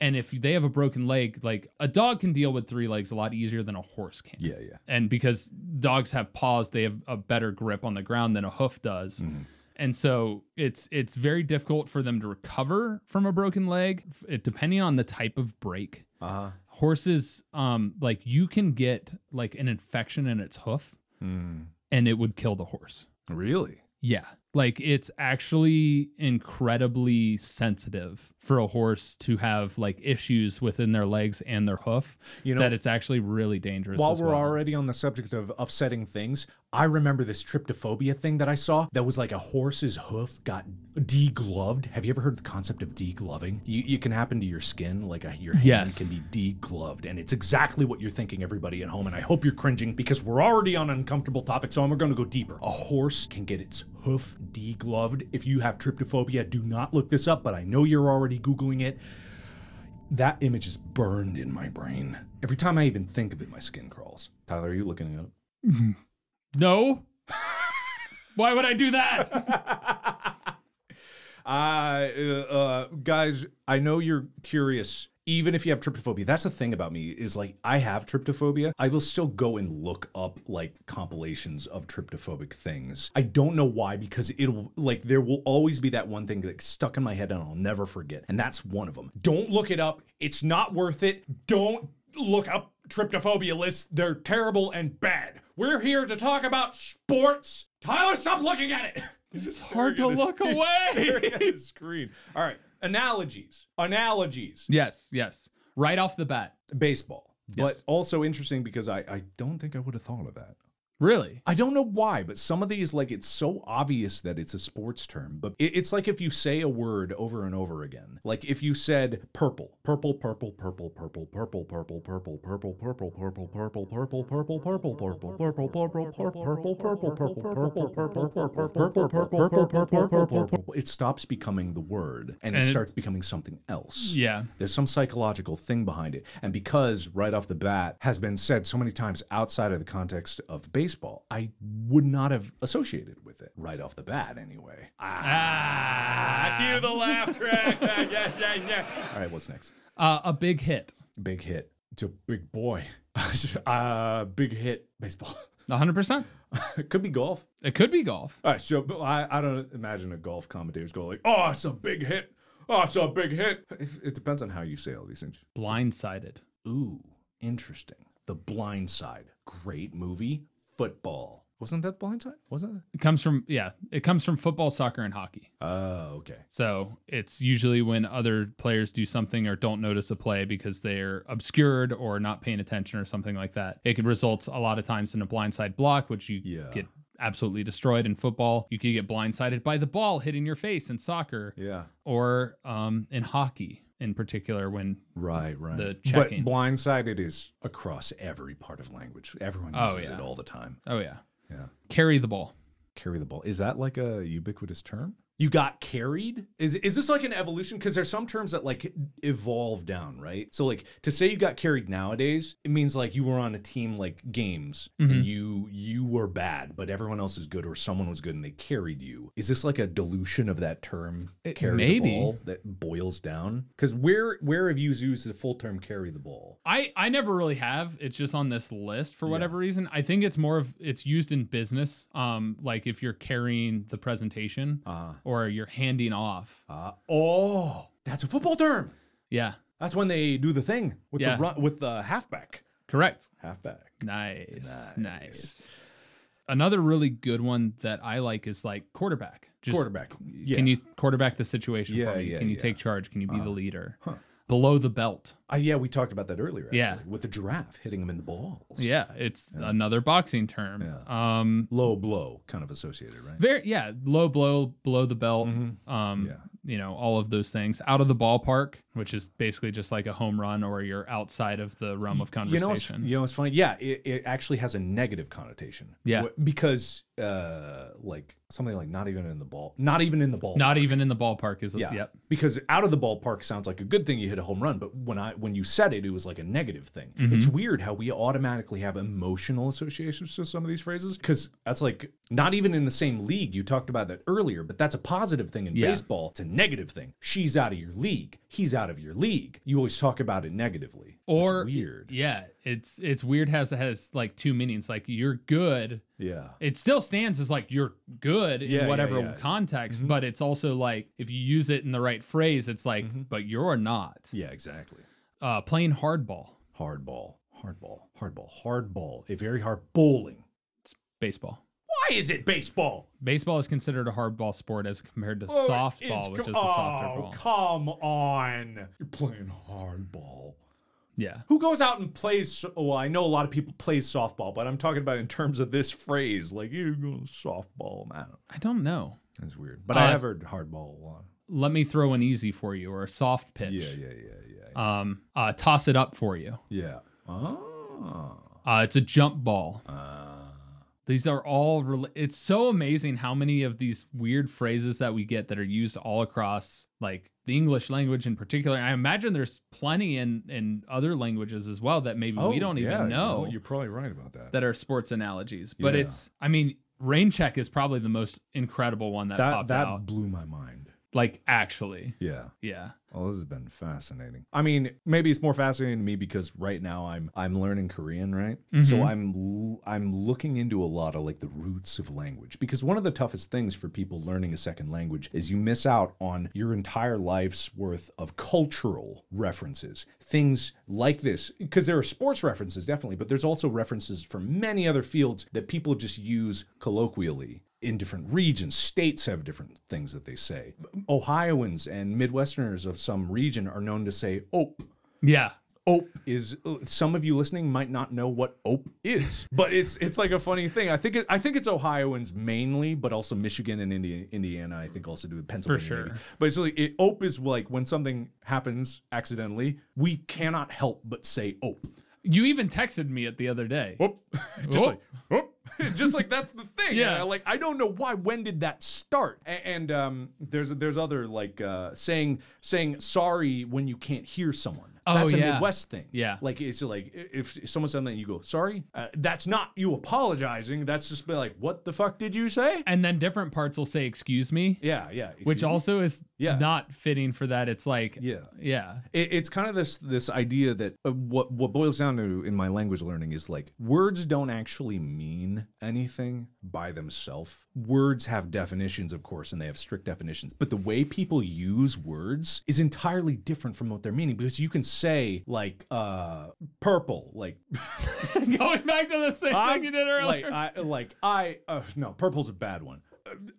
And if they have a broken leg, like a dog can deal with three legs a lot easier than a horse can Yeah, yeah. and because dogs have paws they have a better grip on the ground than a hoof does Mm. Mm-hmm. and so it's it's very difficult for them to recover from a broken leg f- it, depending on the type of break Uh-huh. horses um like you can get like an infection in its hoof Hmm. and it would kill the horse Really? yeah like it's actually incredibly sensitive for a horse to have like issues within their legs and their hoof You know- that it's actually really dangerous. While as we're well. already on the subject of upsetting things, I remember this tryptophobia thing that I saw that was like a horse's hoof got degloved. Have you ever heard the concept of degloving? You, you can happen to your skin, like a, your hand Yes. can be degloved, and it's exactly what you're thinking, everybody at home. And I hope you're cringing because we're already on an uncomfortable topic, so I'm going to go deeper. A horse can get its hoof degloved. If you have tryptophobia, do not look this up, but I know you're already Googling it. That image is burned in my brain. Every time I even think of it, my skin crawls. Tyler, are you looking at it? no. Why would I do that? I, uh, uh, guys, I know you're curious. Even if you have tryptophobia, that's the thing about me is like I have tryptophobia. I will still go and look up like compilations of tryptophobic things. I don't know why because it'll like there will always be that one thing that's stuck in my head and I'll never forget. And that's one of them. Don't look it up. It's not worth it. Don't look up tryptophobia lists. They're terrible and bad. We're here to talk about sports. Tyler, stop looking at it. It's hard to look He's staring at away. his screen. All right. Analogies. Analogies. yes, yes. Right off the bat. Baseball. Yes. But also interesting because I, I don't think I would have thought of that. Really? I don't know why, but some of these, like, it's so obvious that it's a sports term, but it, it's like if you say a word over and over again. Like if you said purple, purple, purple, purple, purple, purple, purple, purple, purple, purple, purple, purple, purple, purple, purple, purple, purple, purple, purple, purple, purple, purple, purple, purple, purple, purple, purple, purple, purple, purple. It stops becoming the word and it starts becoming something else. Yeah. There's some psychological thing behind it. And because right off the bat has been said so many times outside of the context of baseball, I would not have associated with it right off the bat anyway. Ah, cue the laugh track. yeah, yeah, yeah. All right, what's next? Uh, a big hit. Big hit. It's a big boy. uh, big hit baseball. 100%. it could be golf. It could be golf. All right, so but I, I don't imagine a golf commentator's go like, oh, it's a big hit. Oh, it's a big hit. It, it depends on how you say all these things. Blindsided. Ooh, interesting. The Blind Side. Great movie. Football. Wasn't that Blind Side? Wasn't It comes from yeah, it comes from football, soccer and hockey. it? Oh, okay. So, it's usually when other players do something or don't notice a play because they're obscured or not paying attention or something like that. It could result a lot of times in a blindside block which you Yeah. get absolutely destroyed in football. You could get blindsided by the ball hitting your face in soccer Yeah. or um in hockey in particular when Right, right. The but checking. Blind Side, it is across every part of language. Everyone Oh, uses it yeah. all the time. oh yeah. Yeah. Carry the ball. Carry the ball. Is that like a ubiquitous term? You got carried? Is is this like an evolution? Because there's some terms that like evolve down, right? So like to say you got carried nowadays, it means like you were on a team like games and you you were bad, but everyone else is good or someone was good and they carried you. Is this like a dilution of that term It- carry maybe. the ball that boils down? Because where where have you used the full term carry the ball? I I never really have. It's just on this list for whatever reason. I think it's more of it's used in business. Um, like if you're carrying the presentation Uh, or you're handing off. uh oh, that's a football term. Yeah, That's when they do the thing with Yeah. the run, with the halfback. correct. Halfback. Nice, nice, Nice. Another really good one that I like is like quarterback. Just Quarterback. Can you quarterback the situation Yeah, for me? yeah, can you yeah. Uh-huh. take charge? Can you be the leader? Below the belt. Uh, yeah, we talked about that earlier. Actually, Yeah. With the giraffe hitting him in the balls. Yeah, it's another boxing term. Um, Low blow, kind of associated, right? very yeah low blow below the belt um Mm-hmm. Yeah. you know all of those things out of the ballpark which is basically just like a home run or you're outside of the realm of You know, what's, conversation you know what's funny? Yeah, it, it actually has a negative connotation. Yeah. Wh- Because, uh, like something like not even in the ball, not even in the ball. not even in the ballpark is Yeah. yep Because out of the ballpark sounds like a good thing you hit a home run, but when I when you said it, it was like a negative thing. Mm-hmm. It's weird how we automatically have emotional associations to some of these phrases because that's like not even in the same league. You talked about that earlier, but that's a positive thing in Yeah. baseball. It's a negative thing. She's out of your league. He's out of your league. You always talk about it negatively. It's or weird. yeah it's it's weird has has like two meanings like you're good Yeah. it still stands as like you're good in Yeah, yeah, whatever yeah. Mm-hmm. context but it's also like if you use it in the right phrase it's like but you're not Mm-hmm. Yeah. Exactly. uh playing hardball Hardball. Hardball. Hardball. Hardball. A very hard bowling. it's baseball Why is it baseball? Baseball is considered a hardball sport as compared to Oh, it's softball, co- which is a softer oh, ball. come on. You're playing hardball. yeah. Who goes out and plays? so- Well, I know a lot of people play softball, but I'm talking about in terms of this phrase, like you go softball, man. I don't know. That's weird. But Uh, I have heard hardball a lot. Let me throw an easy for you or a soft pitch. Yeah, yeah, yeah, yeah, Um, uh, toss it up for you. yeah. Oh. Uh, it's a jump ball. Uh, These are all. Rela- it's so amazing how many of these weird phrases that we get that are used all across, like the English language in particular. I imagine there's plenty in in other languages as well that maybe we don't Oh, yeah, even you know You're probably right about that. that are sports analogies. But Yeah. it's. I mean, rain check is probably the most incredible one that, that popped that out. blew my mind. Like actually, Yeah. yeah. Well, Oh, this has been fascinating. I mean, maybe it's more fascinating to me because right now I'm I'm learning Korean, right? So Mhm. I'm l- I'm looking into a lot of like the roots of language because one of the toughest things for people learning a second language is you miss out on your entire life's worth of cultural references. Things like this because there are sports references definitely, but there's also references from many other fields that people just use colloquially in different regions. States have different things that they say. Ohioans and Midwesterners of some region are known to say ope. Yeah. Ope is some of you listening might not know what ope is, but it's it's like a funny thing. I think it, I think it's Ohioans mainly, but also Michigan and Indi- Indiana. I think also do with Pennsylvania. sure. maybe. But it's like it, ope is like when something happens accidentally, we cannot help but say ope. You even texted me it the other day. Whoop. just Whoop. like whoop. just like that's the thing. Yeah. Yeah. Like I don't know why. When did that start? A- And, um, there's there's other like uh, saying saying sorry when you can't hear someone. Oh, that's a yeah. Midwest thing. Yeah. Like it's like i- if someone said that you go sorry, uh, that's not you apologizing. That's just be like what the fuck did you say? And then different parts will say "excuse me," Yeah. Yeah. which Excuse me. also is Yeah. not fitting for that. It's like Yeah. yeah. It, it's kind of this this idea that uh, what what boils down to in my language learning is like words don't actually mean anything by themselves. Words have definitions, of course, and they have strict definitions. But the way people use words is entirely different from what they're meaning because you can say like uh purple, like Going back to the same I'm- thing you did earlier. Like I, like I uh, no, purple's a bad one.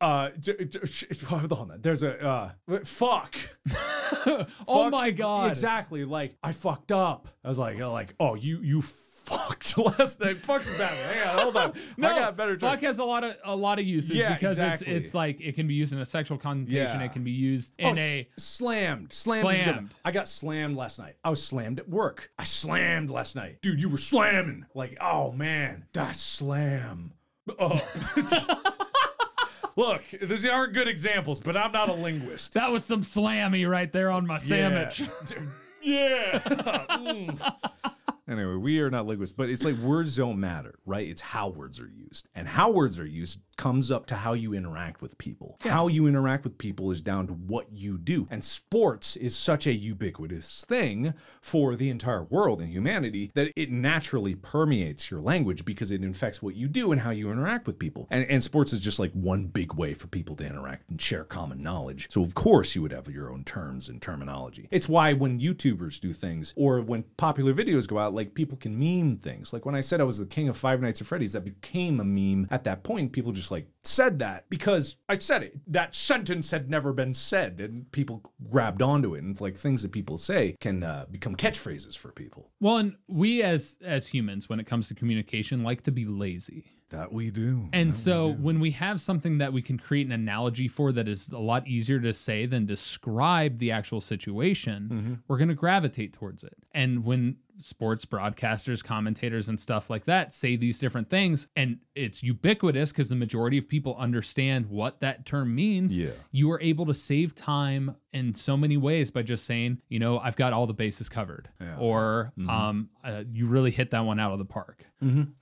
Uh, j- j- sh- hold on. There's a uh, fuck. oh fucks- my god. Exactly. Like I fucked up. I was like, oh, like oh, you you fucked last night. Fucked is bad. Hang on, hold on. No, I got a better. fuck term. has a lot of a lot of uses Yeah, because exactly. it's it's like it can be used in a sexual connotation. Yeah. It can be used Oh, in a s- slammed, slammed. is a good one. Slammed. I got slammed last night. I was slammed at work. I slammed last night, dude. You were slamming. Like, oh man, that slam. Oh. Look, these aren't good examples, but I'm not a linguist. that was some slammy right there on my sandwich. Yeah. Mm. Anyway, we are not linguists, but it's like words don't matter, right? It's how words are used. And how words are used comes up to how you interact with people. How you interact with people is down to what you do. And sports is such a ubiquitous thing for the entire world and humanity that it naturally permeates your language because it infects what you do and how you interact with people. And, and sports is just like one big way for people to interact and share common knowledge. So, of course, you would have your own terms and terminology. It's why when YouTubers do things or when popular videos go out, like people can meme things. Like when I said I was the king of Five Nights at Freddy's, that became a meme at that point. People just like said that because I said it. That sentence had never been said, and people grabbed onto it. And it's like things that people say can uh, become catchphrases for people. Well, and we as as humans, when it comes to communication, like to be lazy. That we do. And so when we have something that we can create an analogy for that is a lot easier to say than describe the actual situation, we're going to gravitate towards it. And when sports broadcasters, commentators and stuff like that say these different things and it's ubiquitous because the majority of people understand what that term means, Yeah. you are able to save time in so many ways by just saying, you know, I've got all the bases covered or um uh, you really hit that one out of the park.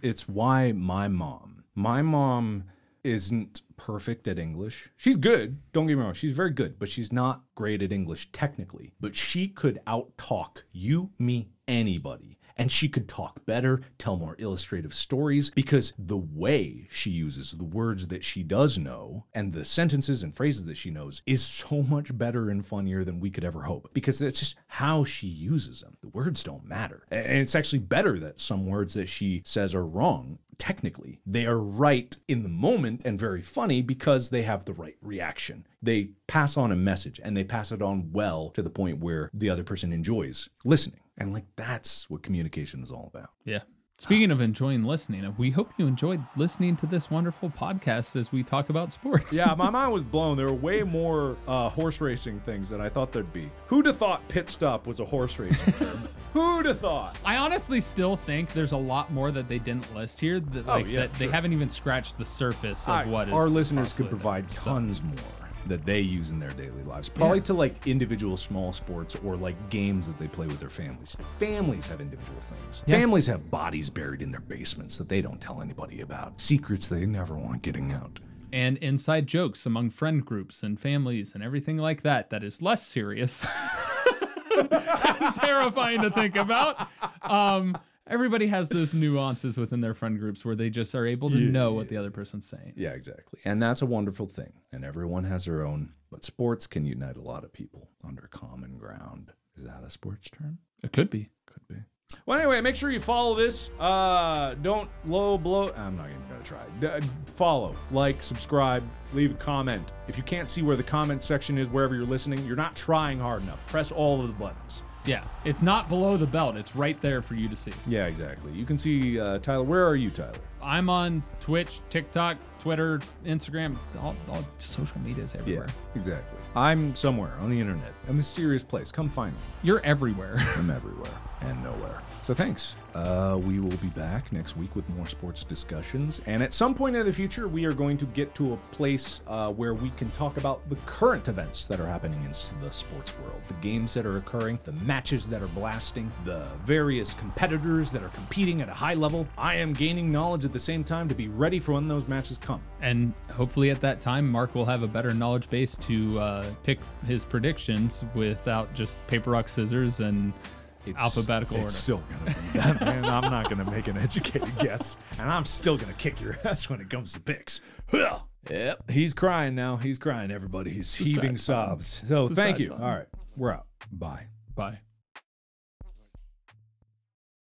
It's why my mom, my mom isn't perfect at English. She's good, don't get me wrong, she's very good, but she's not great at English technically. But she could out talk you, me, anybody. and she could talk better, tell more illustrative stories because the way she uses the words that she does know and the sentences and phrases that she knows is so much better and funnier than we could ever hope because that's just how she uses them. The words don't matter. A- And it's actually better that some words that she says are wrong technically. They are right in the moment and very funny because they have the right reaction. They pass on a message and they pass it on well to the point where the other person enjoys listening. And like that's what communication is all about. Yeah. Speaking of enjoying listening, we hope you enjoyed listening to this wonderful podcast as we talk about sports. Yeah, my mind was blown. There were way more uh, horse racing things than I thought there'd be. Who'd have thought pit stop was a horse racing term? Who'd have thought? I honestly still think there's a lot more that they didn't list here that, like, Oh, yeah, that they sure. haven't even scratched the surface of I- what is our listeners could possibly provide there. So- tons more that they use in their daily lives probably to like individual small sports or like games that they play with their families families have individual things families have bodies buried in their basements that they don't tell anybody about secrets they never want getting out and inside jokes among friend groups and families and everything like that that is less serious and terrifying to think about. Um, everybody has those nuances within their friend groups where they just are able to know what the other person's saying. yeah exactly and that's a wonderful thing and everyone has their own but sports can unite a lot of people under common ground is that a sports term It could be. Could be. Well, anyway, make sure you follow this. Uh, don't low blow. I'm not even gonna try. D- uh, follow, like, subscribe, leave a comment. If you can't see where the comment section is, wherever you're listening, you're not trying hard enough. Press all of the buttons. Yeah. It's not below the belt. It's right there for you to see. Yeah, exactly. You can see uh, Tyler. Where are you, Tyler? I'm on Twitch, TikTok, Twitter, Instagram, all, all social media is everywhere. exactly. I'm somewhere on the internet, a mysterious place. Come find me. You're everywhere. I'm everywhere and nowhere. So thanks. Uh, we will be back next week with more sports discussions. And at some point in the future, we are going to get to a place uh, where we can talk about the current events that are happening in s- the sports world the games that are occurring, the matches that are blasting, the various competitors that are competing at a high level. I am gaining knowledge at the same time to be ready for when those matches come. And hopefully at that time, Mark will have a better knowledge base to uh, pick his predictions without just paper, rock, scissors and alphabetical order. It's still gonna be that, man. I'm not gonna make an educated guess, and I'm still gonna kick your ass when it comes to picks. Huh. Yep, he's crying now. He's crying. Everybody, he's heaving sobs. So a thank sad you. time. All right, we're out. Bye. Bye.